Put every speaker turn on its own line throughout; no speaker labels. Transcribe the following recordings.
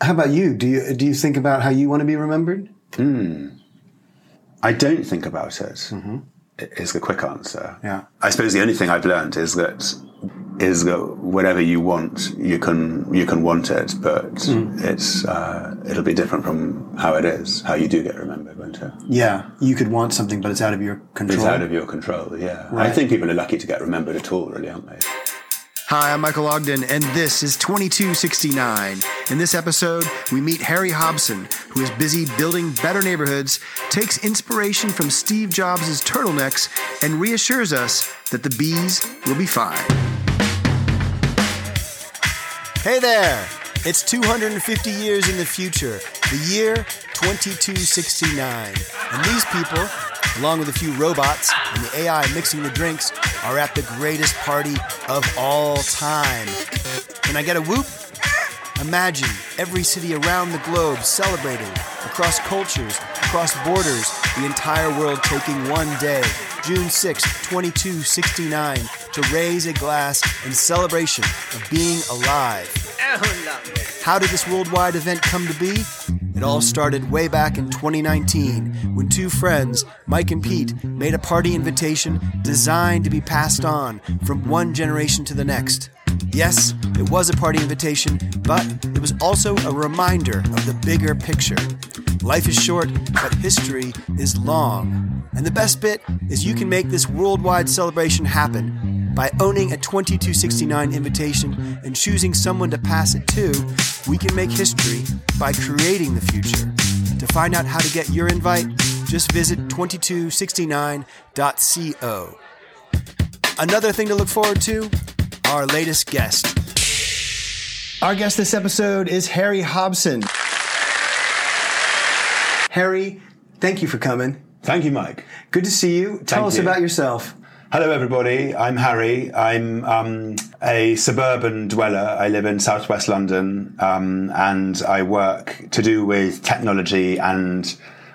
how about you? Do you do you think about how you want to be remembered?
I don't think about it. Is the quick answer.
Yeah.
I suppose the only thing I've learned is that is that whatever you want, you can you can want it, but it's uh, it'll be different from how it is, how you do get remembered, won't it?
Yeah, you could want something, but it's out of your control.
It's out of your control. Yeah, I think people are lucky to get remembered at all, really, aren't they?
Hi, I'm Michael Ogden, and this is 2269. In this episode, we meet Harry Hobson, who is busy building better neighborhoods, takes inspiration from Steve Jobs' turtlenecks, and reassures us that the bees will be fine. Hey there! It's 250 years in the future, the year 2269. And these people, along with a few robots and the AI mixing the drinks, are at the greatest party of all time. Can I get a whoop? Imagine every city around the globe celebrating, across cultures, across borders, the entire world taking one day, June 6, 2269, to raise a glass in celebration of being alive. How did this worldwide event come to be? It all started way back in 2019 when two friends, Mike and Pete, made a party invitation designed to be passed on from one generation to the next. Yes, it was a party invitation, but it was also a reminder of the bigger picture. Life is short, but history is long. And the best bit is you can make this worldwide celebration happen by owning a 2269 invitation and choosing someone to pass it to, we can make history by creating the future. To find out how to get your invite, just visit 2269.co. Another thing to look forward to our latest guest. Our guest this episode is Harry Hobson.
Harry, thank you for coming.
Thank you, Mike.
Good to see you. Tell
Thank
us
you.
about yourself.
Hello, everybody. I'm Harry. I'm um, a suburban dweller. I live in southwest London um, and I work to do with technology and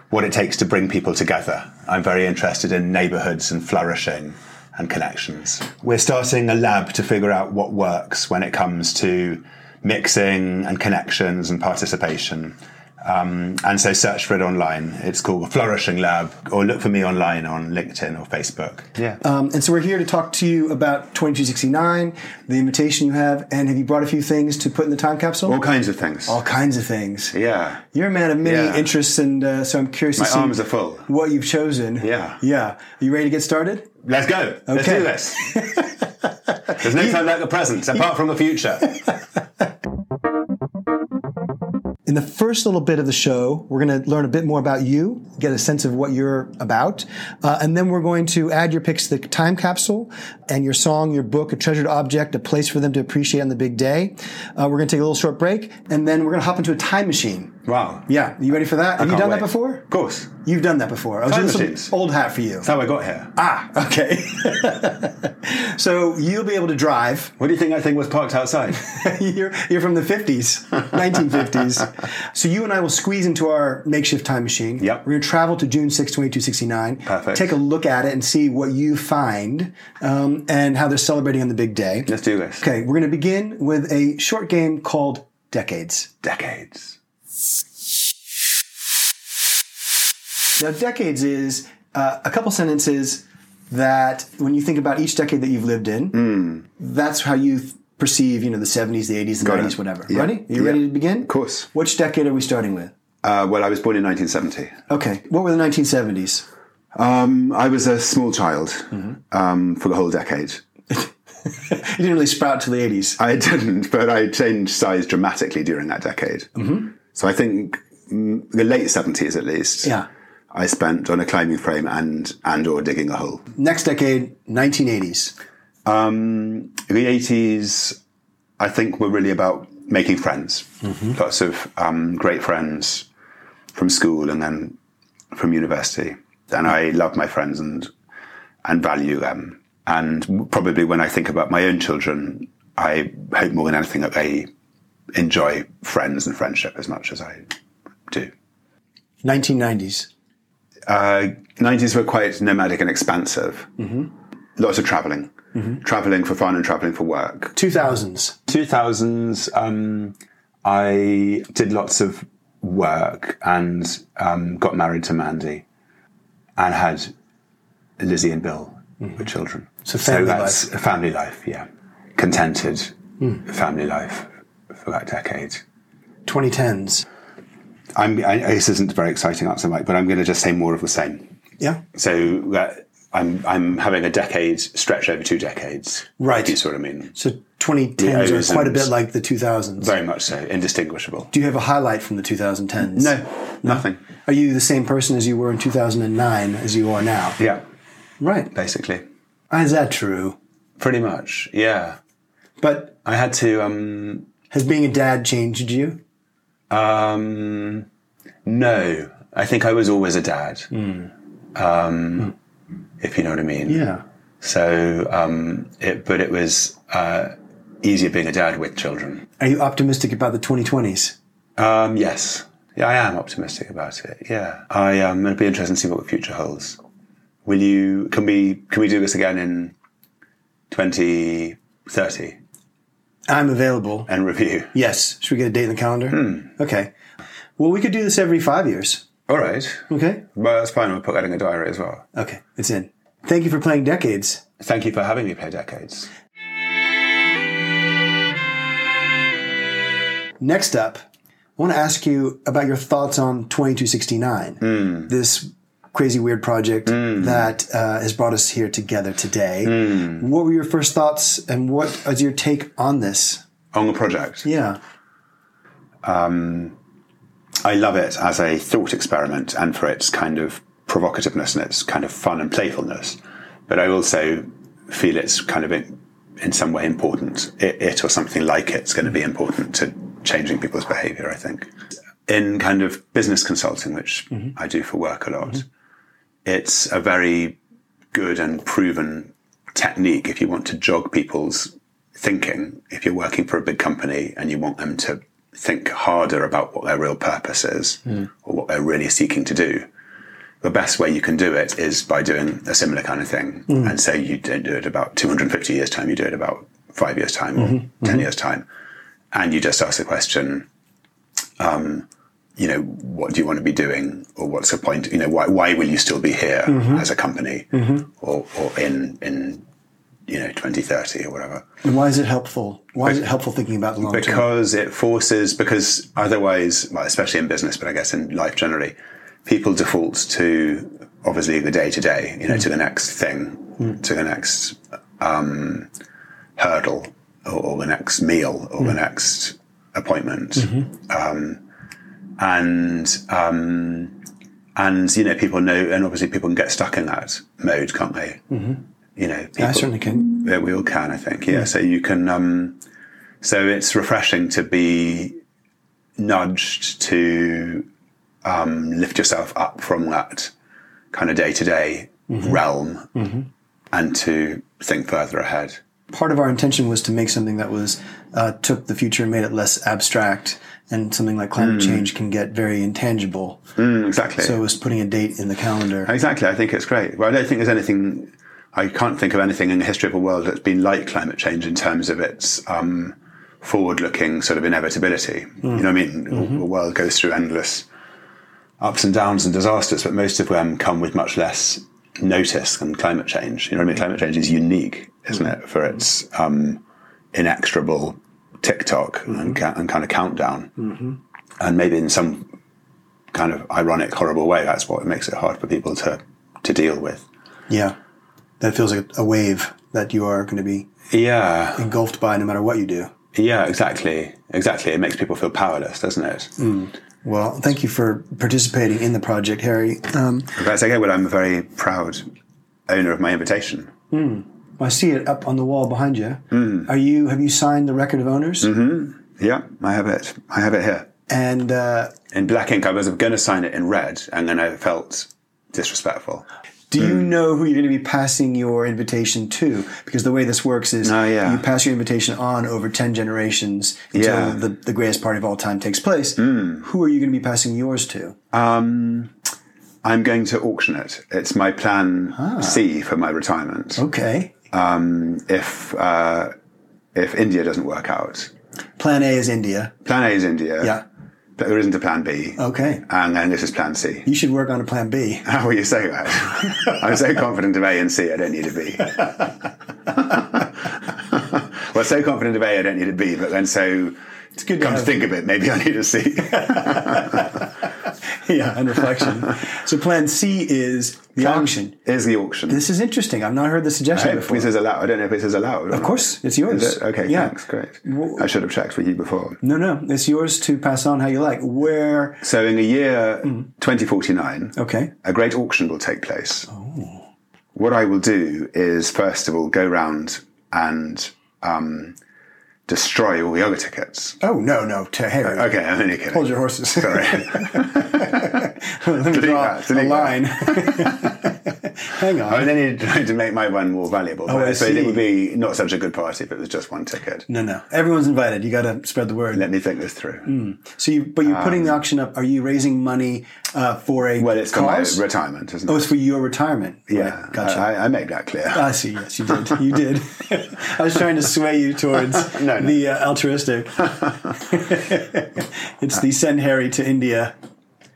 what it takes to bring people together. I'm very interested in neighbourhoods and flourishing and connections. We're starting a lab to figure out what works when it comes to mixing and connections and participation. Um, and so search for it online. It's called Flourishing Lab, or look for me online on LinkedIn or Facebook. Yeah.
Um, and so we're here to talk to you about 2269, the invitation you have, and have you brought a few things to put in the time capsule?
All kinds of things.
All kinds of things.
Yeah.
You're a man of many
Yeah.
interests, and uh, so I'm curious
My
to see
arms are full.
what you've chosen.
Yeah.
Yeah. Are you ready to get started?
Let's go. Let's
Okay.
do this. There's no time like the present, apart from the future.
In the first little bit of the show, we're going to learn a bit more about you, get a sense of what you're about, uh, and then we're going to add your picks to the time capsule and your song, your book, a treasured object, a place for them to appreciate on the big day. Uh, we're going to take a little short break, and then we're going to hop into a time machine.
Wow.
Yeah, you ready for that? Have you
Can't
done
wait.
that before?
Of course. That's
You've done that before. Oh, so
Time
this will be
machines.
Old hat for you.
how I got here.
Ah, okay. so you'll be able to drive.
What do you think that thing was parked outside?
you're, you're from the 50s, 1950s. so you and I will squeeze into our makeshift time machine.
Yep.
We're going to travel to June 6, 2269.
Perfect.
Take a look at it and see what you find um, and how they're celebrating on the big day.
Let's do this.
Okay, we're going to begin with a short game called Decades.
Decades.
Now, decades is uh, a couple sentences that when you think about each decade that you've lived in, that's how you th- perceive, you know, the 70s, the 80s, the
Hmm. Got it.
90s, whatever.
Yeah.
Ready? You
Yeah.
ready to begin? Of
course.
Which decade are we starting with?
Uh, well, I was born in 1970.
Okay. What were the 1970s?
Um, I was a small child
Mm-hmm.
um, for the whole decade.
You didn't really sprout till the 80s.
I didn't, but I changed size dramatically during that decade. So I think mm, the late 70s, at least.
Yeah.
I spent on a climbing frame and and or digging a hole.
Next decade, 1980s.
Um, the eighties, I think, were really about making friends. Lots of um, great friends from school and then from university, and I love my friends and and value them. And probably when I think about my own children, I hope more than anything that they enjoy friends and friendship as much as I do. Uh,
1990s.
nineties were quite nomadic and expansive. Lots of traveling, traveling for fun and traveling for work.
2000s.
Two thousands, um, I did lots of work and um, got married to Mandy and had Lizzie and Bill with children.
Mm-hmm. So family
that's a family life, yeah. Contented
Hmm.
family life for that decade.
2010s.
I'm, I, this isn't a very exciting answer, Mike, but I'm going to just say more of the same.
Yeah.
So that I'm, I'm having a decade stretched over two decades.
Right.
Do you see what I mean?
So 2010s
Yeah,
are quite a bit
and-
like the 2000s.
Very much so, indistinguishable.
Do you have a highlight from the 2010s?
No, nothing.
Are you the same person as you were in 2009 as you are now?
Yeah,
Right.
basically.
Is that true?
Pretty much, yeah.
But
I had to, um,
has being a dad changed you?
um, no, I think I was always a dad. Um, If you know what I mean.
Yeah.
So, um, it, but it was uh, easier being a dad with children.
Are you optimistic about the 2020s?
Um, yes, yeah, I am optimistic about it. Yeah, I um, it'll be interesting to see what the future holds. Will you? Can we? Can we do this again in twenty thirty
I'm available.
and review?
Yes. Should we get a date in the calendar?
Hmm.
Okay. Well, we could do this every five years.
All right.
Okay.
Well, that's fine. We'll put that in a diary as well.
Okay. It's in. Thank you for playing Decades.
Thank you for having me play decades.
Next up, I want to ask you about your thoughts on 2269, this crazy weird project that uh, has brought us here together today. What were your first thoughts and what is your take on this?
On the project,
Yeah.
I love it as a thought experiment and for its kind of provocativeness and its kind of fun and playfulness. But I also feel it's kind of in, in some way important. It, it or something like it's going to be important to changing people's behavior, I think. In kind of business consulting, which I do for work a lot, it's a very good and proven technique if you want to jog people's thinking. If you're working for a big company and you want them to think harder about what their real purpose is or what they're really seeking to do, the best way you can do it is by doing a similar kind of thing. And say you don't do it about 250 years' time, you do it about five years' time or 10 years' time. And you just ask the question, you know, what do you want to be doing, or what's the point? You know, why why will you still be here as a company, or or in in you know twenty thirty or whatever?
And why is it helpful? Why is it helpful thinking about the long term?
Because it forces, because otherwise, well, especially in business, but I guess in life generally, people default to obviously the day to day, you know, to the next thing, to the next um, hurdle, or, or the next meal, or the next appointment, um, and um, and you know, people know, and obviously, people can get stuck in that mode, can't they? You know,
I
people-
certainly can.
yeah, we all can, I think. Yeah. So you can. Um, so it's refreshing to be nudged to um, lift yourself up from that kind of day to day realm and to think further ahead.
Part of our intention was to make something that was uh, took the future and made it less abstract, and something like climate change can get very intangible.
Mm, exactly.
So it was putting a date in the calendar.
exactly. I think it's great. Well, I don't think there's anything. I can't think of anything in the history of the world that's been like climate change in terms of its um, forward-looking sort of inevitability. You know what I mean? The world goes through endless ups and downs and disasters, but most of them come with much less notice than climate change. You know what I mean? Climate change is unique, isn't it, for its um, inexorable tick-tock and, ca- and kind of countdown. And maybe in some kind of ironic, horrible way, that's what makes it hard for people to, to deal with.
Yeah. That feels like a wave that you are going to be
Yeah.
engulfed by no matter what you do.
Yeah, exactly. Exactly. It makes people feel powerless, doesn't it?
Well, thank you for participating in the project, Harry. Um,
That's okay. Well, I'm a very proud owner of my invitation.
I see it up on the wall behind you.
Hmm.
Are you? Have you signed the record of owners?
Mm-hmm. Yeah, I have it. I have it here.
And uh,
In black ink, I was going to sign it in red, and then I felt disrespectful.
do you
Hmm.
know who you're going to be passing your invitation to? Because the way this works is
Oh, yeah.
you pass your invitation on over ten generations until
Yeah. Hmm.
the, the greatest party of all time takes place. Who are you going to be passing yours to?
I'm going to auction it. It's my plan C for my
Oh.
retirement.
Okay.
If uh, if India doesn't work out,
Plan A is India.
Plan A is India.
Yeah.
But there isn't a plan B.
Okay.
And then this is plan C.
You should work on a plan B.
How are you saying that? I'm so confident of A and C, I don't need a B. well, so confident of A, I don't need a B, but then so. It's
good to
Come to
have-
think of it, maybe I need a C.
yeah, on reflection. so plan C is the auction.
Is the auction.
This is interesting. I've not heard the suggestion
I hope
before.
this is allowed. I don't know if this is allowed.
Of course, it's yours.
Okay,
Yeah.
thanks. Great. I should have checked with you before.
No, no, it's yours to pass on how you like. Where?
So, in the year
Mm.
2049,
Okay.
a great auction will take place.
Oh.
What I will do is, first of all, go round and um, destroy all the otga tickets.
Oh no, no. To, hey,
Okay, I'm only kidding.
hold your horses. Sorry. Let me
Delete
draw
that,
a
delete
line.
that.
Hang on.
I was only trying to make my one more valuable. but
Oh, I
I suppose
see.
it would be not such a good party if it was just one ticket.
No, no. Everyone's invited. You got to spread the word.
Let me think this through.
So, you, but you're putting the auction up. Are you raising money uh, for a
Well, it's for my
cause?
retirement, isn't it?
oh, it's for your retirement.
yeah, uh,
Right. Gotcha. Uh,
I, I make that clear.
I see. Yes, you did. You did. I was trying to sway you towards
No, no.
the uh, altruistic. it's the send Harry to India.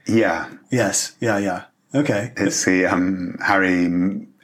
yeah,
Yes. Yeah. Yeah. Okay.
it's the um, Harry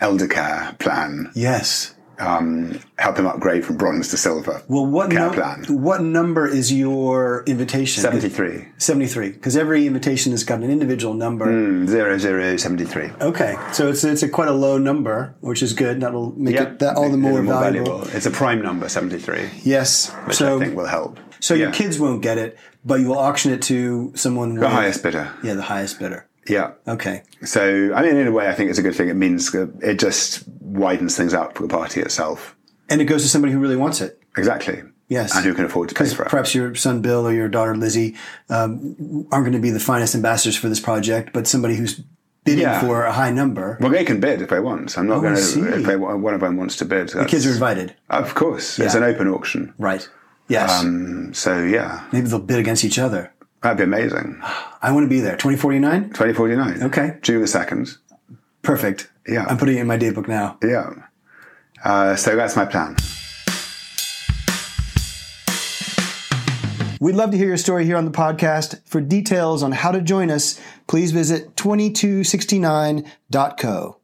Eldercare plan.
Yes.
Um, help him upgrade from bronze to silver.
Well, what
care
num-
plan?
what number is your invitation?
Seventy-three.
Seventy-three. Because every invitation has got an individual number.
Hmm. Zero zero seventy three.
Okay, so it's it's a quite a low number, which is good. That'll make it that all the more, valuable.
It's a prime number, 73,
Yes.
which
so
I think will help.
so your
Yeah.
kids won't get it, but you will auction it to someone.
The highest bidder.
Yeah, the highest bidder.
Yeah.
Okay.
So, I mean, in a way, I think it's a good thing. It means that it just widens things out for the party itself.
And it goes to somebody who really wants it.
Exactly.
Yes.
And who can afford to pay for it.
Perhaps your son Bill or your daughter Lizzie um, aren't going to be the finest ambassadors for this project, but somebody who's bidding
Yeah.
for a high number.
well, they can bid if they want. I'm not going
Oh, see.
to. If they, wa- one of them wants to bid, the
Kids are invited,
Of course, it's
Yeah.
an open auction. Um,
right? Um, Yes.
So yeah,
Maybe they'll bid against each other.
that'd be amazing.
I want to be there. Twenty forty nine.
2049.
Okay.
June the second.
Perfect.
Yeah.
I'm putting it in my date book now.
Yeah. Uh, so that's my plan.
We'd love to hear your story here on the podcast. For details on how to join us, please visit 2269.co.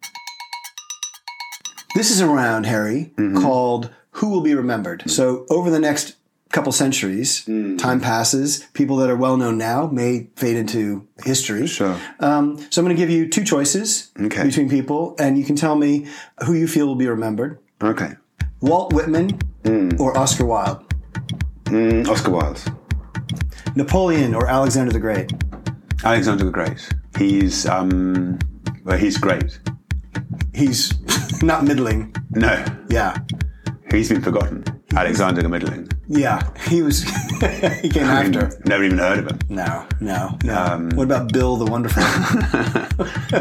This is a round, Harry,
Mm-hmm.
called Who Will Be Remembered.
Mm.
So, over the next couple centuries, time passes. People that are well known now may fade into history.
Sure.
Um, so, I'm going to give you two choices
Okay.
between people, and you can tell me who you feel will be remembered
Okay.
Walt Whitman or Oscar Wilde,
Mm, Oscar Wilde,
Napoleon or Alexander the Great.
Alexander the Great. He's um, well, he's great.
he's not middling.
No,
Yeah.
he's been forgotten. Alexander the Middling.
Yeah. He was he came after.
Never even heard of him.
No, no, no. what about Bill the Wonderful?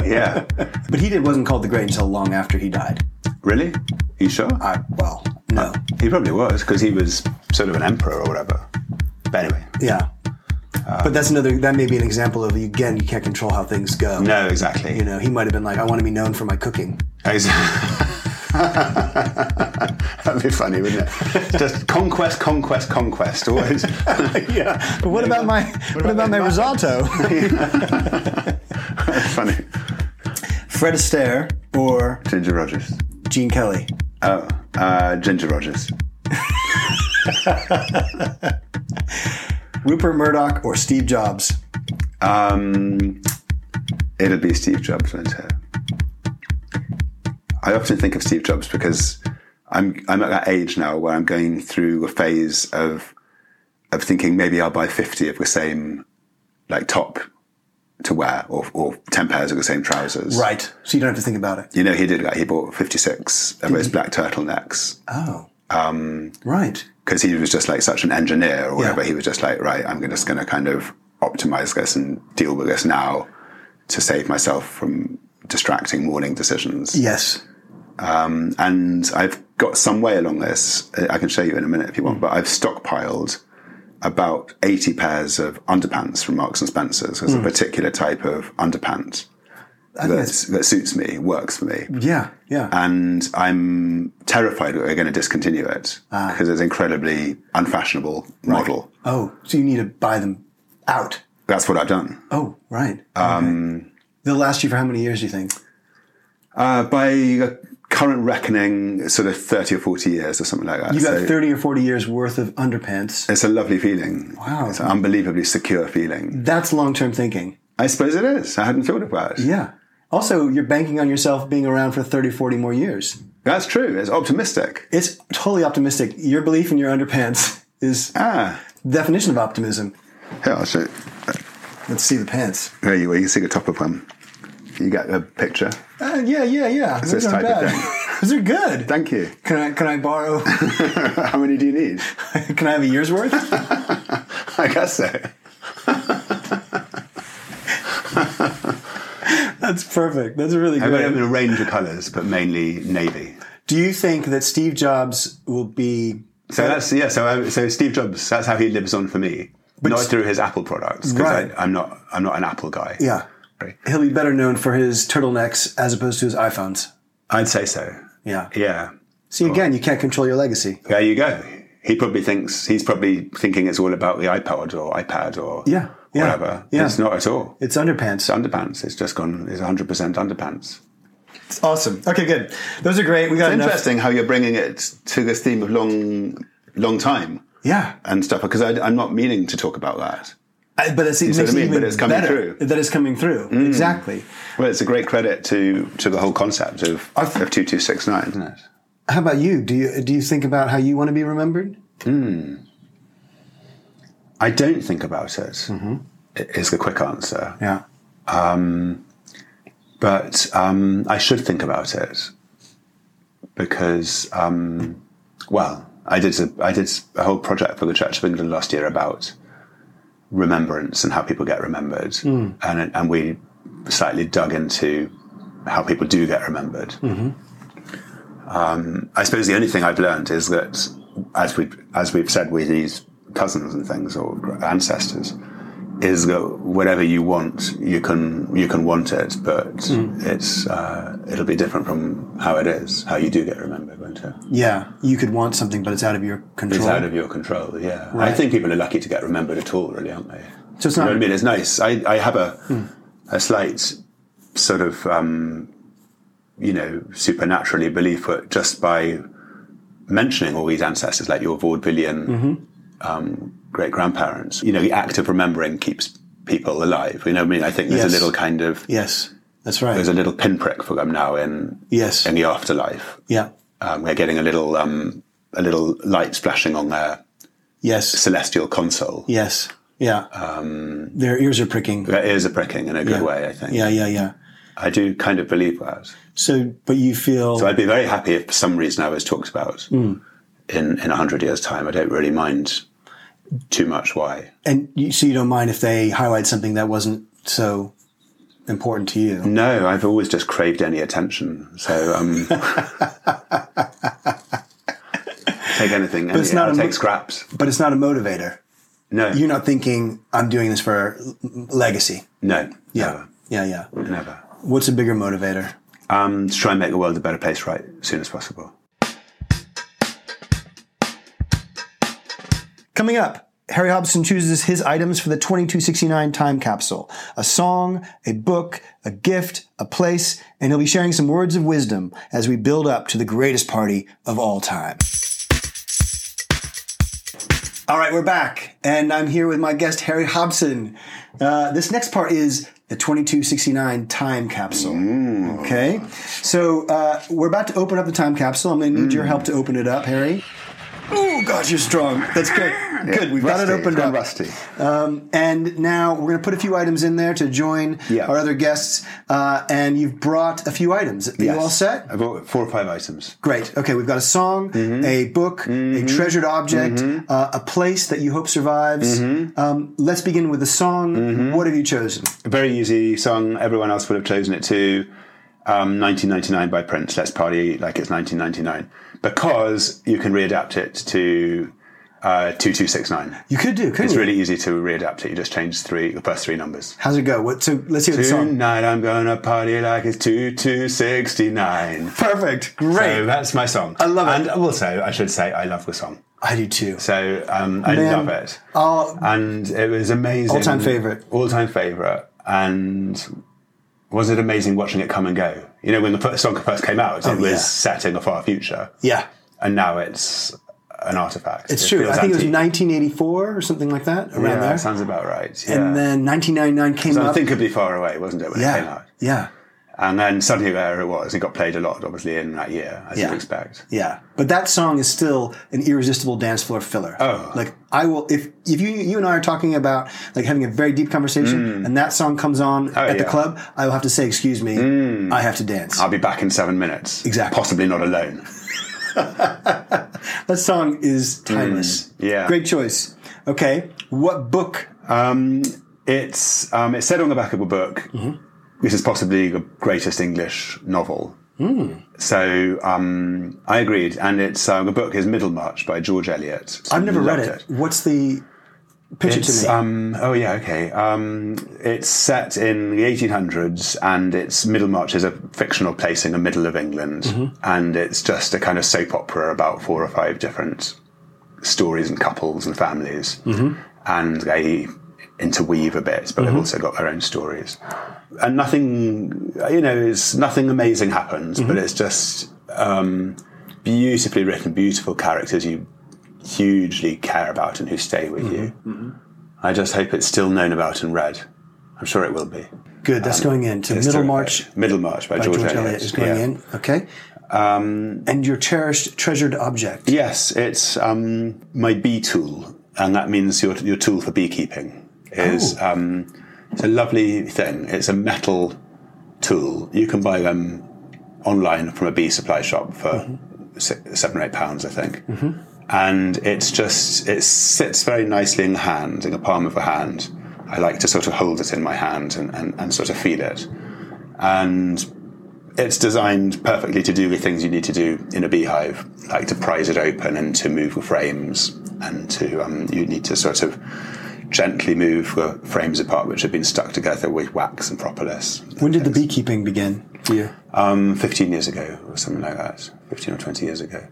Yeah.
but he did, wasn't called the Great until long after he died.
really? You sure?
I Uh, well, no.
he probably was because he was sort of an emperor or whatever. But anyway.
Yeah. but that's another that may be an example of again you can't control how things go.
No, exactly.
You know, he might have been like, I want to be known for my cooking.
Ex- That'd be funny, wouldn't it? Just conquest, conquest, conquest. Always.
yeah. But what about my what, about, my risotto?
That's funny.
Fred Astaire or
Ginger Rogers.
Gene Kelly?
Oh, uh, Ginger Rogers.
Rupert Murdoch or Steve Jobs?
Um, it'll be Steve Jobs, won't it? I often think of Steve Jobs because I'm I'm at that age now where I'm going through a phase of of thinking maybe I'll buy fifty of the same like top to wear or or ten pairs of the same trousers.
Right. So you don't have to think about it.
You know, he did that. He bought 56 of those black turtlenecks
Oh. Um, right.
because he was just like such an engineer or whatever.
Yeah.
He was just like, right, I'm just going to kind of optimize this and deal with this now to save myself from distracting morning decisions.
Yes.
And I've got some way along this. Uh, I I can show you in a minute if you
Mm.
want, but I've stockpiled about 80 pairs of underpants from Marks and Spencer's. There's a particular type of underpant
Mm. I think
that's, that suits me, works for me.
Yeah, yeah.
And I'm terrified that we're going to discontinue it because it's an incredibly unfashionable model.
oh, so you need to buy them out.
That's what I've done.
Oh, right. Um, They'll last you for how many years, do you think?
Uh, by the current reckoning, sort of 30 or 40 years or something like that.
You got
So
30 or 40 years worth of underpants.
it's a lovely feeling.
Wow.
It's an unbelievably secure feeling.
That's long term thinking.
I suppose it is. I hadn't thought about it.
Yeah. Also, you're banking on yourself being around for 30, 40 more years.
That's true. It's optimistic.
It's totally optimistic. Your belief in your underpants is
Ah.
the definition of optimism.
Here, I'll show you.
Let's see the pants.
There you are. You can see the top of one. You get the picture.
Uh, yeah, yeah, yeah. Those
this
aren't
type of
bad. Those are good.
Thank you.
Can I can I borrow?
How many do you need?
can I have a year's worth?
I guess so.
That's perfect. That's really
I have
good.
a range of colours, but mainly navy.
Do you think that Steve Jobs will be
So that's yeah. So I, so Steve Jobs. That's how he lives on for me, not through his Apple products. 'cause
Right.
I, I'm not. I'm not an Apple guy.
Yeah.
Right.
He'll be better known for his turtlenecks as opposed to his iPhones.
I'd say so.
Yeah.
Yeah.
See, again, you can't control your legacy.
There you go. He probably thinks he's probably thinking it's all about the iPod or iPad or
Yeah, yeah,
whatever.
yeah.
It's not at all.
It's underpants.
It's underpants. It's just gone. It's 100 percent underpants.
It's awesome. Okay, good. Those are great. We got enough.
Interesting how you're bringing it to this theme of long, long time
Yeah.
and stuff because I, I'm not meaning to talk about that.
I- but it's, it
see what
makes
I
it
mean? But
even
it's coming
better
through. Mm.
That it's coming through. Exactly.
Well, it's a great credit to to the whole concept of of two two six nine, isn't it?
How about you? Do you do you think about how you want to be remembered?
I don't think about it. i- Is the quick answer,
Yeah.
but um, I should think about it because, um, well, I did a, I did a whole project for the Church of England last year about remembrance and how people get remembered, and it- and we slightly dug into how people do get remembered. Um, I suppose the only thing I've learned is that, as we as we've said, with these cousins and things or gr- ancestors, is that whatever you want, you can you can want it, but it's uh, it'll be different from how it is, how you do get remembered, won't it?
Yeah. You could want something, but it's out of your control.
It's out of your control. Yeah, I think people are lucky to get remembered at all, really, aren't they?
So it's
You know
not-
what I mean? It's nice. I, I have a a slight sort of um, you know supernaturally belief that just by mentioning all these ancestors, like your vaudevillian um, great grandparents, you know, the act of remembering keeps people alive. You know, what I mean, I think there's
Yes.
a little kind of
yes. That's right.
there's a little pinprick for them now in
yes.
in the afterlife.
yeah.
Um, they're getting a little um, a little light splashing on their
Yes.
celestial console.
Yes. Yeah. Their ears are pricking.
There is a pricking in a good way, I think.
Yeah. Yeah. Yeah.
I do kind of believe that.
So, but you feel.
But I'd be very happy if for some reason I was talked about
Hmm.
in in a hundred years' time. I don't really mind too much why.
And you, so you don't mind if they highlight something that wasn't so important to you.
No, I've always just craved any attention. So um, take anything. But
it's not
I'll
a
take
mo-
scraps.
But it's not a motivator.
No,
You're not thinking, I'm doing this for l- legacy.
no,
Yeah. Yeah, yeah.
never, never.
What's a bigger motivator?
Um, to try and make the world a better place, right, as soon as possible.
Coming up, Harry Hobson chooses his items for the 2269 time capsule a song, a book, a gift, a place, and he'll be sharing some words of wisdom as we build up to the greatest party of all time. All right, we're back, and I'm here with my guest, Harry Hobson. Uh, this next part is the 2269 time capsule.
Mm.
Okay, so uh, we're about to open up the time capsule. I'm going to need
Mm.
your help to open it up, Harry. Oh, God, you're strong. That's good. Good, we've got it
Rusty,
opened
gone
up.
Rusty.
And now we're going to put a few items in there to join
Yeah.
our other guests. Uh, and you've brought a few items. Are
Yes.
you all set?
I bought four or five items.
Great. Okay, we've got a song, a book, a treasured object, uh, a place that you hope survives. Um, let's begin with the song.
Mm-hmm.
What have you chosen?
very easy song. Everyone else would have chosen it too. Um, 1999 by Prince. Let's party like it's 1999 because you can readapt it to Uh, 2269.
You could do, couldn't
It's
you?
really easy to readapt it. You just change three, the first three numbers.
How's it go? What? So let's hear the song.
Tonight I'm gonna party like it's 2269.
Perfect. Great.
So that's my song. I
love it.
And also, I should say, I love the song.
I do too. Uh,
So um, I
Man,
love it.
I'll-
and it was amazing.
All-time favourite.
All time favourite. And was it amazing watching it come and go? You know, when the first song first came out, it was
Oh, yeah.
set in a far future.
yeah,
And now it's an artifact.
it's
It
true.
feels
I think it was
antique.
1984 or something like that around
Yeah,
there.
that sounds about right. Yeah.
and then 1999 came
so
up.
unthinkably far away, wasn't it, when it came
yeah,
out?
yeah,
And then suddenly there it was. It got played a lot, obviously, in that year, as
Yeah.
you'd expect.
yeah. But that song is still an irresistible dance floor filler.
Oh.
like I will if if you you and I are talking about like having a very deep conversation and that song comes on at the
Mm. Oh, yeah. Mm.
club, I will have to say, "Excuse me, I have to dance."
I'll be back in seven minutes.
Exactly.
Possibly not alone.
that song is timeless.
Mm. yeah.
great choice. Okay, what book?
Um, It's um, it's said on the back of a book.
Mm-hmm.
This is possibly the greatest English novel.
Hmm.
So um, I agreed, and it's uh, the book is Middlemarch by George Eliot.
I've never read
Loved
it. What's the pitch it
It's,
to me?
um, oh yeah, okay. Um, it's set in the 1800s, and it's Middlemarch is a fictional place in the middle of England, and it's just a kind of soap opera about four or five different stories and couples and families, and they interweave a bit, but they've also got their own stories. And nothing, you know, it's nothing amazing happens, but it's just um, beautifully written, beautiful characters you hugely care about and who stay with you. I just hope it's still known about and read. I'm sure it will be.
Good, that's going in to
um, It's
Middlemarch
terrific. Middlemarch by,
by
George,
George
Eliot.
Eliot is going
Yeah.
in. Okay. Um, and your cherished, treasured object.
Yes, it's um, my bee tool, and that means your your tool for beekeeping is um, it's a lovely thing. It's a metal tool. You can buy them online from a bee supply shop for si- seven or eight pounds, I think. And it's just it sits very nicely in the hand, in the palm of the hand. I like to sort of hold it in my hand and, and, and sort of feel it. And it's designed perfectly to do the things you need to do in a beehive, like to prise it open and to move the frames, and to um, you need to sort of gently move the frames apart, which have been stuck together with wax and propolis.
When did the beekeeping begin for you?
Um, Fifteen years ago, or something like that, fifteen or twenty years ago,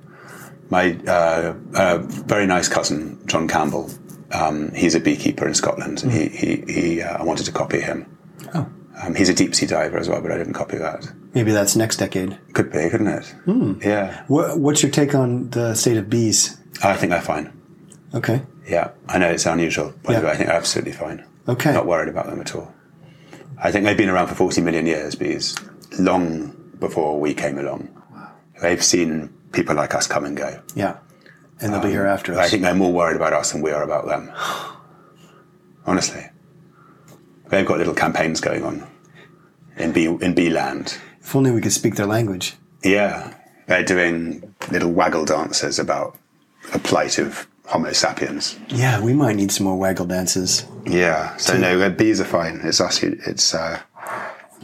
my uh, uh, very nice cousin John Campbell, um, he's a beekeeper in Scotland, and he he, he uh, I wanted to copy him.
Oh.
Um, he's a deep sea diver as well, but I didn't copy that.
Maybe that's next decade.
Could be, couldn't it? Yeah.
Wha what's your take on the state of bees?
I think they're fine.
Okay.
Yeah, I know it's unusual, but
Yeah.
I think they're absolutely fine.
Okay.
Not worried about them at all. I think they've been around for 40 million years, bees, long before we came along. They've seen people like us come and go.
Yeah. And they'll be here after
Um, I
us.
think they're more worried about us than we are about them. Honestly. They've got little campaigns going on in bee, in bee land.
If only we could speak their language.
Yeah, they're doing little waggle dances about the plight of Homo sapiens.
Yeah, we might need some more waggle dances.
Yeah. So no, uh, bees are fine. It's us. who- It's uh,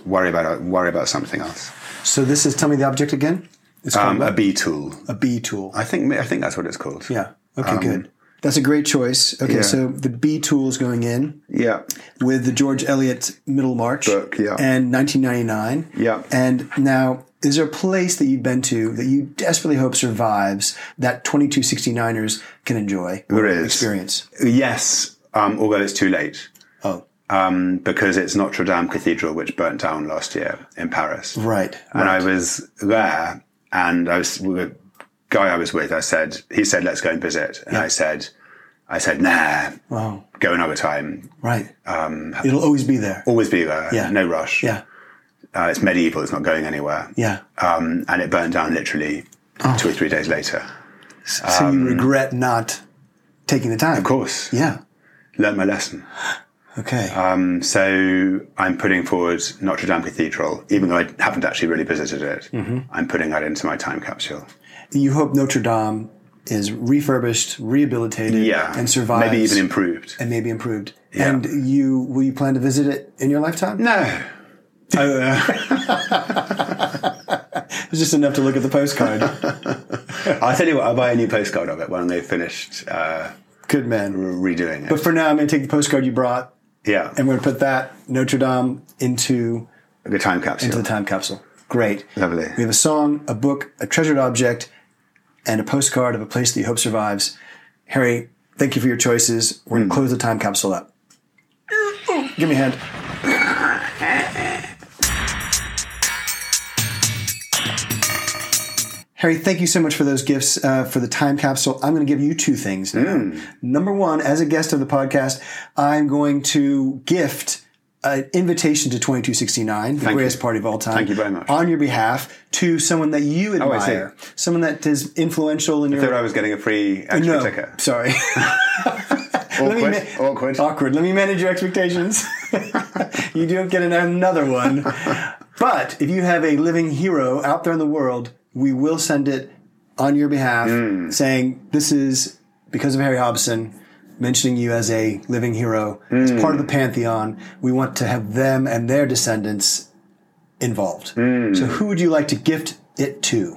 worry about worry about something else.
So this is, tell me the object again. It's called
Um, a
what?
bee tool.
a bee tool.
I think I think that's what it's called.
yeah. Okay, good. That's a great choice. Okay,
yeah.
so the bee tool's going in.
Yeah.
with the George Eliot Middlemarch
Book, yeah.
and 1999.
Yeah.
And now, is there a place that you've been to that you desperately hope survives that 2269ers can enjoy
There is.
experience?
Yes. Um, although it's too late
Oh,
um, because it's Notre Dame Cathedral, which burnt down last year in Paris.
right.
And I was there, and I was with the guy I was with. I said, he said, let's go and visit, and I said, I said, nah,
Wow.
go another time.
Oh, Right.
Um,
It'll always be there.
Always be there.
Yeah.
No rush.
Yeah.
Uh, it's medieval. It's not going anywhere.
Yeah.
um, and it burned down literally
Oh.
two or three days later.
so you regret not taking the time.
um, Of course,
Yeah.
learned my lesson.
Okay.
Um, so I'm putting forward Notre Dame Cathedral, even though I haven't actually really visited it.
Mm-hmm.
I'm putting that into my time capsule.
you hope Notre Dame is refurbished, rehabilitated,
Yeah,
and survives.
Maybe even improved.
and maybe improved.
Yeah.
And you will you plan to visit it in your lifetime?
No. Oh, uh,
It's just enough to look at the postcard.
I'll tell you what, I'll buy a new postcard of it when they've finished uh,
Good man.
redoing it.
But for now, I'm going to take the postcard you brought
yeah,
and we're going to put that Notre Dame into
the time capsule.
into the time capsule. Great.
Lovely.
We have a song, a book, a treasured object, and a postcard of a place that you hope survives. Harry, thank you for your choices. We're going to close the time capsule up. Give me a hand. Harry, thank you so much for those gifts uh, for the time capsule. I'm going to give you two things now. Number one, as a guest of the podcast, I'm going to gift an invitation to 2269, the greatest
you.
party of all time.
Thank you very much. Oh,
On your behalf to someone that you
I see.
admire, someone that is influential in
I thought
your.
I was getting a free extra
no,
ticket.
sorry. Let me
Awkward.
ma-
Awkward.
Awkward. Let me manage your expectations. you don't get an- another one. But if you have a living hero out there in the world, we will send it on your behalf,
Hmm.
saying this is because of Harry Hobson. Mentioning you as a living hero, as part of
Hmm.
the pantheon, we want to have them and their descendants involved.
Hmm.
So, who would you like to gift it to?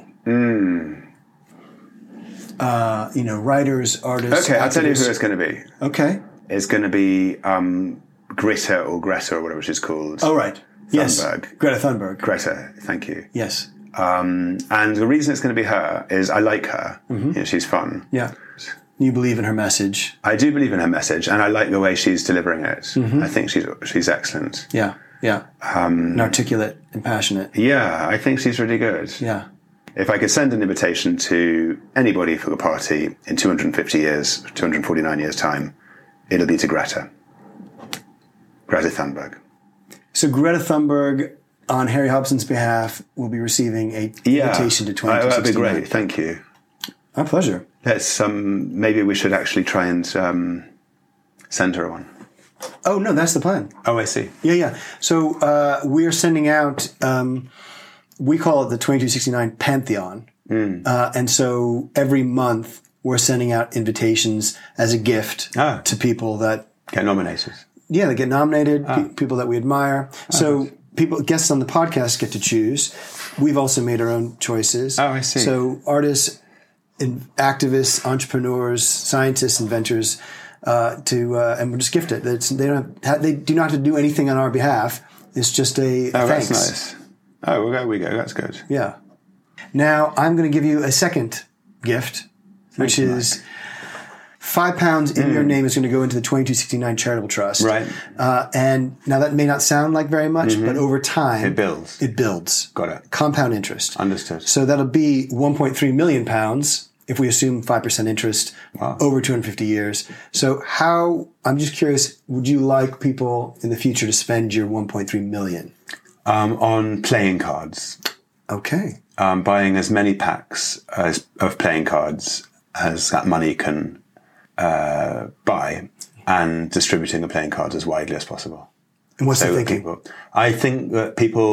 Uh, you know, writers, artists.
Okay, I'll tell you who
activists.
it's going to be.
Okay.
It's going to be um, Greta or Greta or whatever she's called.
Oh, right. Yes.
Thunberg.
Greta Thunberg.
Greta, thank you.
Yes.
Um, and the reason it's going to be her is I like her. You know, she's fun.
Yeah. You believe in her message.
I do believe in her message, and I like the way she's delivering it. I think she's she's excellent.
Yeah. Yeah.
Um,
and articulate and passionate.
Yeah, I think she's really good.
Yeah.
If I could send an invitation to anybody for the party in 250 years, 249 years' time, it'll be to Greta. Greta Thunberg.
So Greta Thunberg, on Harry Hobson's behalf, will be receiving a invitation to
Oh, that'd be
2069.
great. Thank you.
My pleasure.
Let's um, maybe we should actually try and um, send her one.
Oh no, that's the plan.
Oh, I see.
Yeah, yeah. So uh, we are sending out. Um, we call it the 2269 Pantheon,
Hmm.
uh, and so every month we're sending out invitations as a gift
Ah.
to people that
Get nominated.
yeah, they get nominated,
Ah.
pe- people that we admire. so people, guests on the podcast get to choose. We've also made our own choices.
Oh, I see.
So artists, in, activists, entrepreneurs, scientists, inventors, uh, to uh, and we'll just gift it. It's, they don't have, they do not have to do anything on our behalf. It's just a
Oh,
thanks.
that's nice. Oh, well, there we go. That's good.
Yeah. Now I'm going to give you a second gift, which is. Five pounds in your name is going to go into the 2269 Charitable Trust.
Mm. Right. Mm-hmm.
Uh, and now that may not sound like very much, but over time
It builds.
It builds.
Got it.
Compound interest.
Understood.
So that'll be 1.3 million pounds if we assume 5% interest over 250 years. So how, I'm just curious, would you like people in the future to spend your 1.3 million?
Um, on playing cards,
Okay.
um, buying as many packs as, of playing cards as that money can uh, buy, and distributing the playing cards as widely as possible.
And what's the
So that
thinking?
people, I think that people.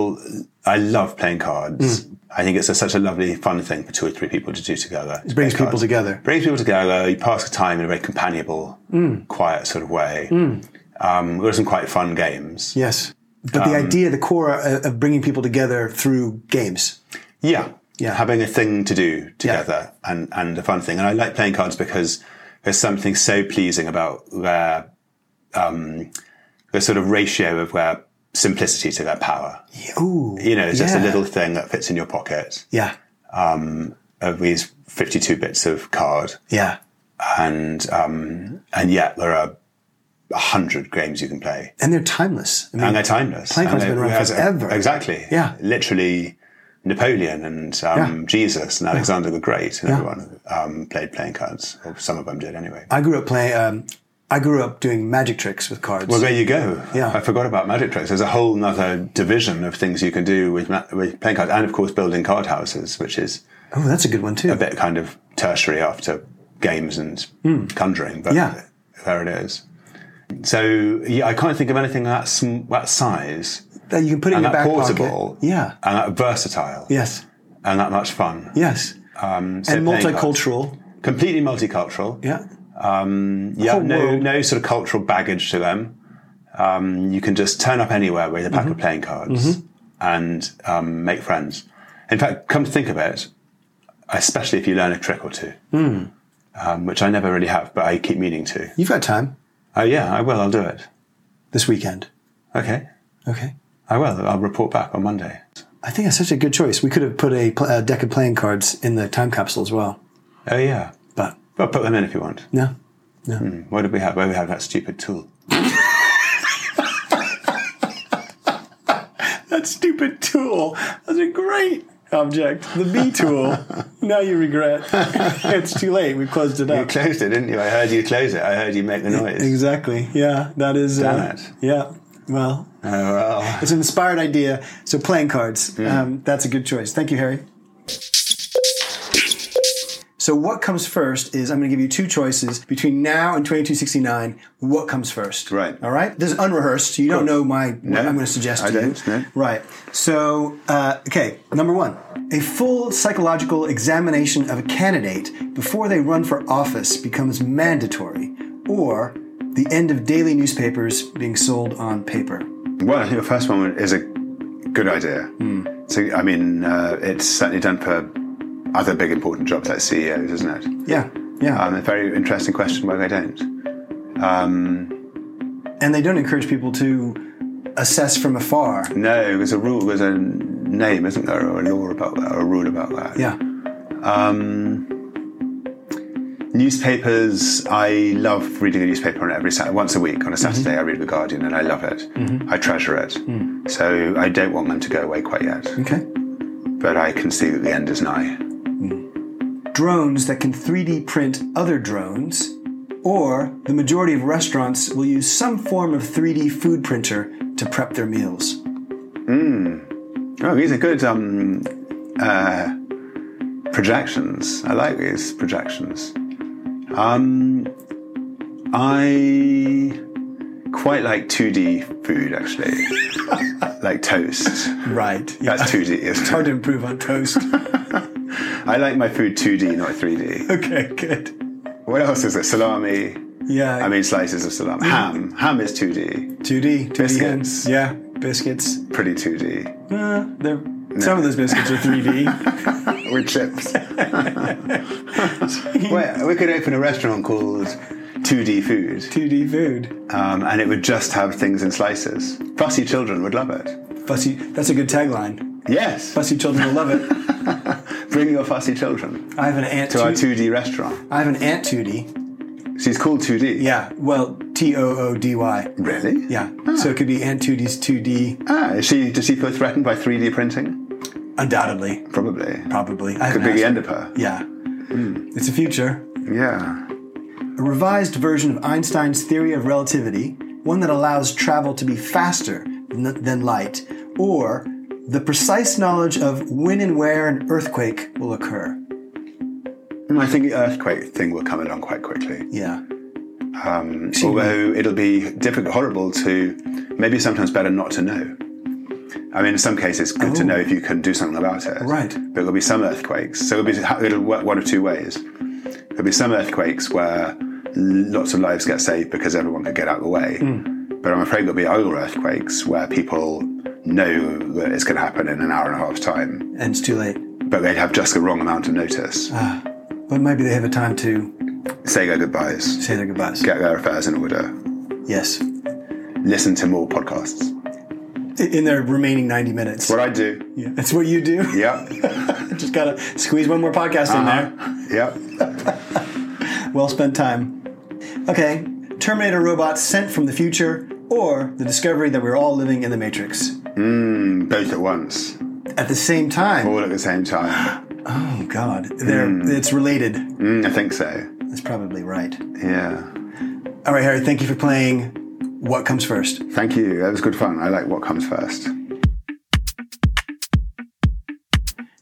I love playing cards.
Hmm.
I think it's a, such a lovely, fun thing for two or three people to do together. It
brings people together.
Brings people together. You pass the time in a very companionable,
Mm.
quiet sort of way. Um, there are some quite fun games.
Yes. But the
Um,
idea, the core uh, of bringing people together through games.
Yeah.
Yeah.
Having a thing to do together and, and a fun thing. And I like playing cards because there's something so pleasing about their, um, the sort of ratio of their simplicity to their power.
Ooh.
You know, it's just a
Yeah.
little thing that fits in your pocket
Yeah.
of these 52 bits of card.
Yeah.
And, um, and yet there are a hundred games you can play.
And they're timeless. I mean,
and they're timeless.
Playing
And
card's
they-
been around
as-
forever.
Exactly.
Yeah.
Literally, Napoleon and um,
Yeah.
Jesus and Alexander the Great and everyone um, played playing cards. Or some of them did anyway.
I grew up playing. Um, I grew up doing magic tricks with cards.
well, there you go.
Yeah.
I forgot about magic tricks. There's a whole other division of things you can do with, ma- with playing cards, and of course building card houses, which is
oh, that's a good one too.
a bit kind of tertiary after games and conjuring. But
Hmm. Yeah.
there it is. So yeah, I can't think of anything that sm- that size
That you can put it in
and
your
that
back
portable,
pocket. Yeah.
and that versatile,
Yes.
and that much fun.
Yes.
Um, so
and
playing cards.
multicultural.
completely multicultural.
Yeah. Oh,
yeah,
whole
no,
world.
no sort of cultural baggage to them. Um, you can just turn up anywhere with a pack
Mm-hmm.
of playing cards and um, make friends. In fact, come to think of it, especially if you learn a trick or two,
Hmm.
um, which I never really have, but I keep meaning to.
You've got time
Oh, yeah, I will. I'll do it.
this weekend.
Okay.
Okay.
I will. I'll report back on Monday.
I think that's such a good choice. We could have put a, pl- a deck of playing cards in the time capsule as well,
Oh, yeah.
but
Well, put them in if you want.
no.
What did we have? Well, we have that stupid tool.
That stupid tool. That's a great object. The B tool. now you regret. it's too late. We closed it
You
up.
closed it, didn't you? I heard you close it. I heard you make
E-
the noise.
Exactly. Yeah. That is. uh,
Damn it.
Yeah. Well,
Oh, well.
it's an inspired idea. So playing cards. Um, that's a good choice. Thank you, Harry. So what comes first is I'm going to give you two choices between now and 2269. What comes first?
Right.
All right. This is unrehearsed. You don't know my what I'm going to suggest.
I
to you.
don't, no.
Right. So uh, okay. Number one, a full psychological examination of a candidate before they run for office becomes mandatory, or the end of daily newspapers being sold on paper.
Well, I think the first one is a good idea. So, I mean, uh, it's certainly done for other big important jobs like CEOs, isn't it?
Yeah, yeah.
Um, a very interesting question why they don't.
and they don't encourage people to assess from afar.
No, there's a rule, there's a name, isn't there, or a law about that, or a rule about that.
Yeah.
Newspapers, I love reading the newspaper on every Saturday, once a week. On a Saturday, I read The Guardian and I love it. I treasure it. So I don't want them to go away quite yet.
Okay.
But I can see that the end is nigh.
Drones that can 3D print other drones, or the majority of restaurants will use some form of 3D food printer to prep their meals.
Oh, these are good um, uh, projections. I like these projections. Um, I quite like 2D food, actually. like toast.
Right. Yeah.
That's 2D,
It's
isn't
hard
it?
to improve on toast.
I like my food 2D, not 3D.
okay, good.
What else is it? Salami.
Yeah.
I mean, slices of salami. Ham. Ham is 2D.
2D, 2D
biscuits.
hands. Yeah, biscuits.
Pretty 2D.
Uh, they're, Some of those biscuits are 3D.
With chips. Well, we could open a restaurant called 2D Food.
2D food.
um, and it would just have things in slices. Fussy children would love it.
Fussy. That's a good tagline.
Yes,
Fussy children will love it.
bring your fussy children
I have an aunt.
to our
Two-
2D restaurant.
I have an aunt Tootie.
She's called 2D.
Yeah. Well, T O O D Y.
Really?
Yeah. So it could be Aunt Tootie's 2D.
Ah, is she, does she feel threatened by 3D printing?
Undoubtedly.
Probably.
Probably. I
Could be
haven't
Hmm.
asked.
the end of her.
Yeah. It's a future.
Yeah.
A revised version of Einstein's theory of relativity, one that allows travel to be faster than than light, or the precise knowledge of when and where an earthquake will occur.
Mm, I think the earthquake thing will come along quite quickly.
Yeah.
Although it'll be difficult, horrible to, maybe sometimes better not to know. I mean, in some cases, good to know if you can do something about it.
Right.
But there'll be some earthquakes. So it'll, be, it'll work one of two ways. There'll be some earthquakes where lots of lives get saved because everyone could get out of the way. But I'm afraid there'll be other earthquakes where people know that it's going to happen in an hour and a half's time,
And it's too late.
but they'd have just the wrong amount of notice.
But maybe they have a time to
Say their goodbyes,
say their goodbyes.
get their affairs in order,
Yes.
listen to more podcasts.
In their remaining 90 minutes.
What I do.
Yeah. That's what you do.
Yep.
Just gotta squeeze one more podcast in
Uh-huh.
there.
Yep.
Well spent time. Okay, Terminator robots sent from the future, or the discovery that we're all living in the Matrix
Both at once,
at the same time.
all at the same time.
Oh God, they're
Hmm.
it's related.
Mm, I think so.
That's probably right.
Yeah.
All right, Harry, thank you for playing. What comes first?
Thank you. That was good fun. I like what comes first.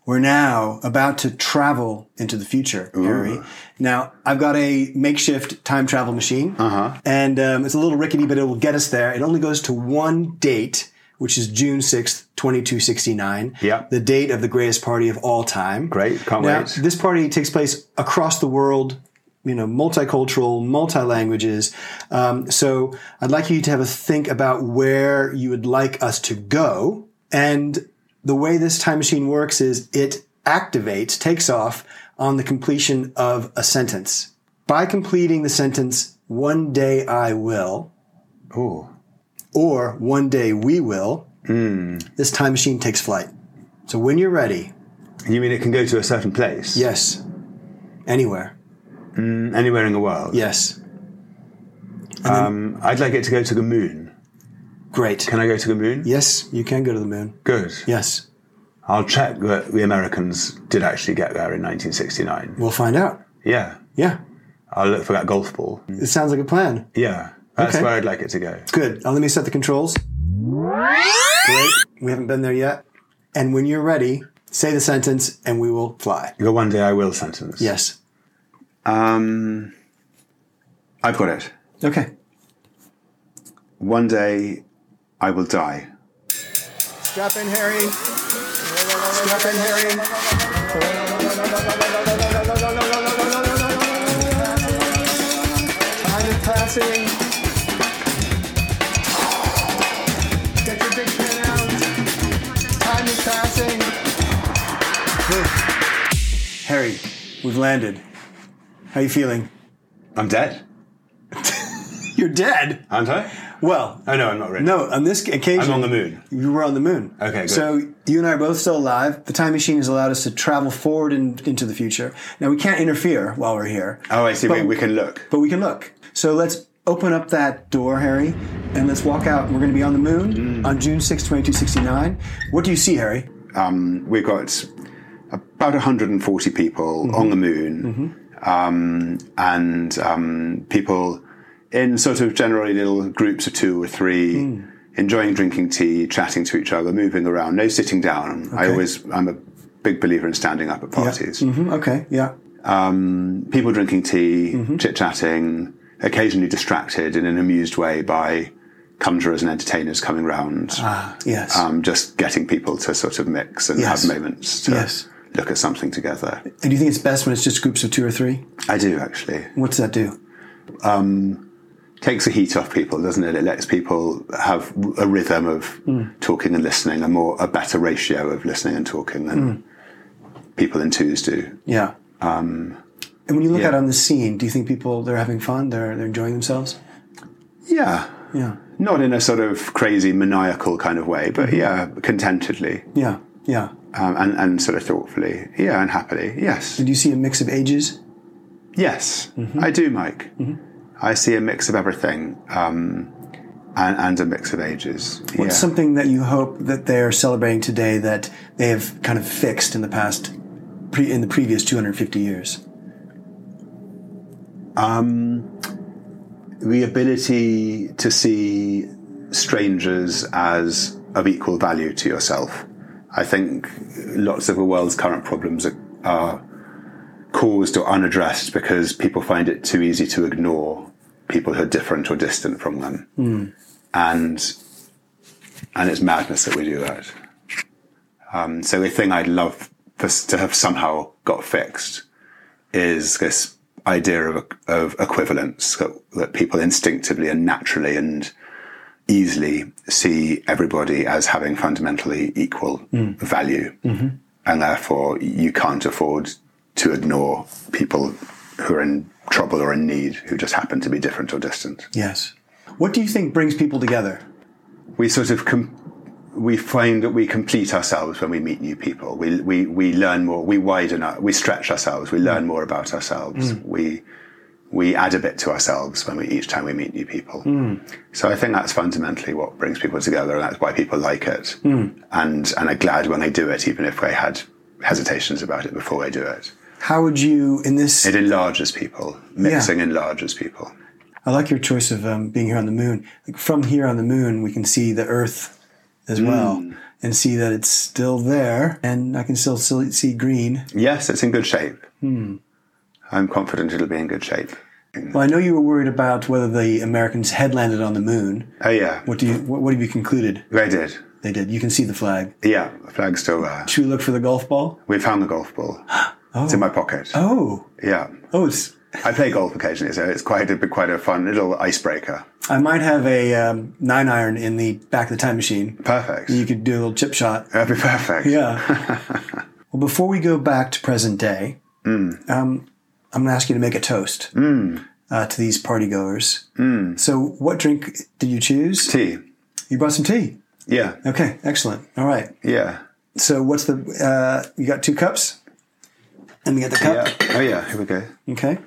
We're now about to travel into the future, Harry. Now, I've got a makeshift time travel machine, uh-huh. and um, it's a little rickety, but it will get us there. It only goes to one date, which is June 6th, 2269.
Yeah.
The date of the greatest party of all time.
Great. Can't
Now,
wait.
this party takes place across the world, you know, multicultural, multi languages. Um, so I'd like you to have a think about where you would like us to go. And the way this time machine works is it activates, takes off on the completion of a sentence. By completing the sentence, one day I will,
Ooh.
or one day we will, this time machine takes flight. So when you're ready,
You mean it can go to a certain place? Mm,
yes, anywhere,
Anywhere in the world?
yes,
Um, I'd like it to go to the moon.
great.
Can I go to the moon?
Yes, you can go to the moon.
Good.
Yes,
I'll check that the Americans did actually get there in 1969.
we'll find out.
Yeah.
Yeah,
I'll look for that golf ball.
it sounds like a plan.
Yeah. That's
Okay.
where I'd like it to go.
Good. Now let me set the controls. Great. We haven't been there yet. And when you're ready, say the sentence and we will fly.
The one day I will sentence.
Yes.
Um, I've got it.
Okay.
One day I will die.
Strap in, Harry.
Strap in, Harry. Time is passing. Get your big pen out. Time is passing. Harry, we've landed. How you feeling?
I'm dead,
You're dead.
aren't I?
Well,
Oh no, I'm not really.
no. On this occasion,
I'm on the moon.
You were on the moon.
Okay, good.
So you and I are both still alive. The time machine has allowed us to travel forward and into the future. Now we can't interfere while we're here.
Oh, I see.
But-
we, we can look.
But we can look. So let's open up that door, Harry, and let's walk out. We're going to be on the
Mm.
moon on June 6, 2269. What do you see, Harry?
Um, we've got about 140 people
Mm-hmm.
on the moon, um, and um, people in sort of generally little groups of two or three.
Mm.
Enjoying drinking tea, chatting to each other, moving around, no sitting down. I always, I'm a big believer in standing up at parties.
hmm okay, yeah.
people drinking tea,
Mm-hmm.
chit chatting, occasionally distracted in an amused way by conjurers and entertainers coming round,
Yes.
um, just getting people to sort of mix and
Yes.
have moments to
Yes.
look at something together.
and do you think it's best when it's just groups of two or three?
I do actually.
What does that do?
Takes the heat off people, doesn't it? It lets people have a rhythm of
Mm.
talking and listening, a more a better ratio of listening and talking
Mm.
than people in twos do.
Yeah. Um, and when you look
yeah.
out on the scene, do you think people they're having fun? They're they're enjoying themselves?
Yeah.
Yeah.
Not in a sort of crazy, maniacal kind of way, but
Mm-hmm.
yeah, contentedly.
Yeah. Yeah.
um, and, and sort of thoughtfully. Yeah, and happily. Yes.
Did you see a mix of ages?
Yes, I do, Mike. I see a mix of everything um, and, and a mix of ages. Yeah.
What's something that you hope that they're celebrating today that they have kind of fixed in the past, pre, in the previous 250 years?
the ability to see strangers as of equal value to yourself. I think lots of the world's current problems are, are caused or unaddressed because people find it too easy to ignore people who are different or distant from them. And and it's madness that we do that. Um, so the thing I'd love for, s- to have somehow got fixed is this idea of, of equivalence that, that people instinctively and naturally and easily see everybody as having fundamentally equal value. And therefore, you can't afford to ignore people who are in trouble or in need who just happen to be different or distant.
Yes. What do you think brings people together?
We sort of. Com- we find that we complete ourselves when we meet new people. We, we, we learn more, we widen our, we stretch ourselves, we learn more about ourselves. We, we add a bit to ourselves when we, each time we meet new people. So I think that's fundamentally what brings people together and that's why people like it and, and are glad when they do it, even if they had hesitations about it before they do it.
How would you in this?
It enlarges people. Mixing enlarges people.
I like your choice of um, being here on the moon. Like from here on the moon, we can see the Earth as well,
Hmm.
and see that it's still there, and I can still see see green.
Yes, it's in good shape. I'm confident it'll be in good shape.
Well, I know you were worried about whether the Americans had landed on the moon.
Oh yeah.
What do you? What, what have you concluded?
They did.
They did. You can see the flag.
Yeah, the flag's still there.
Should we look for the golf ball?
We found the golf ball. It's in my pocket.
Oh,
Yeah.
oh, it's.
I play golf occasionally, so it's quite a quite a fun little icebreaker.
I might have a um, nine iron in the back of the time machine.
Perfect.
You could do a little chip shot.
That'd be perfect.
Yeah. well, before we go back to present day, Um, I'm going to ask you to make a toast uh, to these partygoers. So, what drink did you choose?
Tea.
You brought some tea.
Yeah.
Okay, excellent. All right.
Yeah.
So, what's the? Uh, you got two cups. Let me get the cup.
Yeah. Oh yeah. Here we go.
Okay.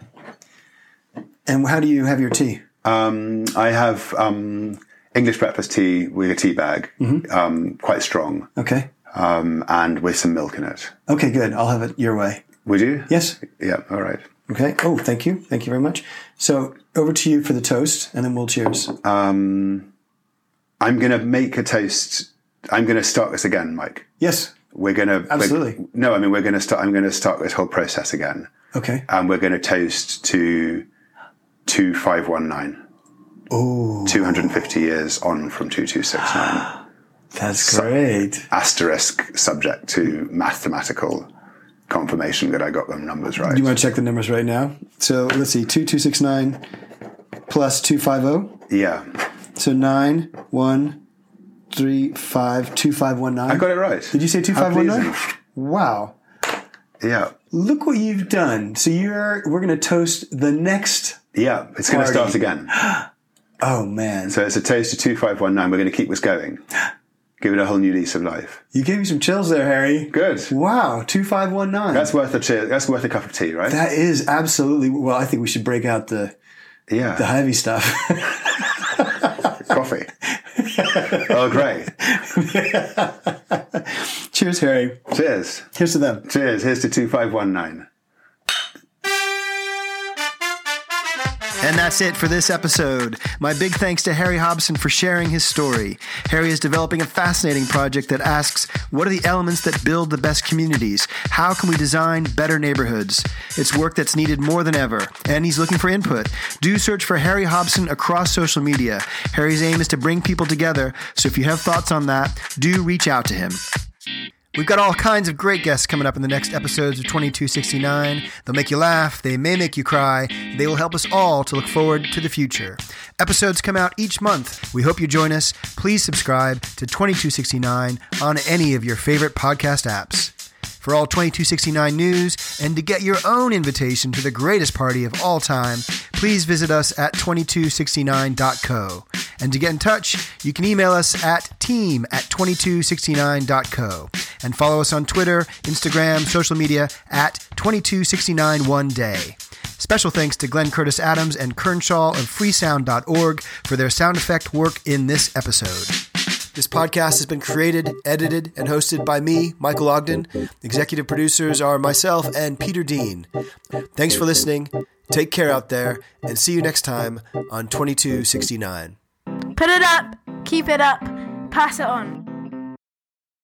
And how do you have your tea?
Um, I have um, English breakfast tea with a tea bag,
Mm-hmm.
um, quite strong,
Okay.
um, and with some milk in it.
Okay, good. I'll have it your way.
Would you?
Yes.
Yeah. All right.
Okay. Oh, thank you. Thank you very much. So, over to you for the toast, and then we'll cheers.
I'm going to make a toast. I'm going to start this again, Mike.
yes.
We're going to
Absolutely.
no, I mean we're going to start. I'm going to start this whole process again,
Okay.
and we're going to toast to two five one nine. Oh. 250 years on from 2269.
That's great.
Asterisk subject to mathematical confirmation that I got them numbers right.
You want to check the numbers right now? So let's see, two two six nine plus two five zero.
Yeah.
So nine one three five two five one nine.
I got it right.
Did you say two
How
five one nine?
pleasing.
Wow!
Yeah.
Look what you've done. So you're we're gonna toast the next.
Yeah. It's going to
Party.
start again.
Oh man!
So it's a toast to 2519. We're going to keep this going. Give it a whole new lease of life.
You gave me some chills there, Harry.
Good.
Wow! Two five one nine.
That's worth a cheer. That's worth a cup of tea, right?
that is absolutely well. I think we should break out the
yeah.
the heavy stuff.
Coffee. oh, great.
Cheers, Harry.
Cheers.
Here's to them.
Cheers. Here's to 2519.
And that's it for this episode. My big thanks to Harry Hobson for sharing his story. Harry is developing a fascinating project that asks what are the elements that build the best communities? How can we design better neighborhoods? It's work that's needed more than ever, and he's looking for input. Do search for Harry Hobson across social media. Harry's aim is to bring people together, so if you have thoughts on that, do reach out to him. We've got all kinds of great guests coming up in the next episodes of 2269. They'll make you laugh, they may make you cry, they will help us all to look forward to the future. Episodes come out each month. We hope you join us. Please subscribe to 2269 on any of your favorite podcast apps. For all 2269 news and to get your own invitation to the greatest party of all time, please visit us at 2269.co. And to get in touch, you can email us at team at 2269.co and follow us on Twitter, Instagram, social media at 2269 one day. Special thanks to Glenn Curtis Adams and Kernshaw of freesound.org for their sound effect work in this episode. This podcast has been created, edited, and hosted by me, Michael Ogden. Executive producers are myself and Peter Dean. Thanks for listening. Take care out there, and see you next time on 2269.
Put it up, keep it up, pass it on.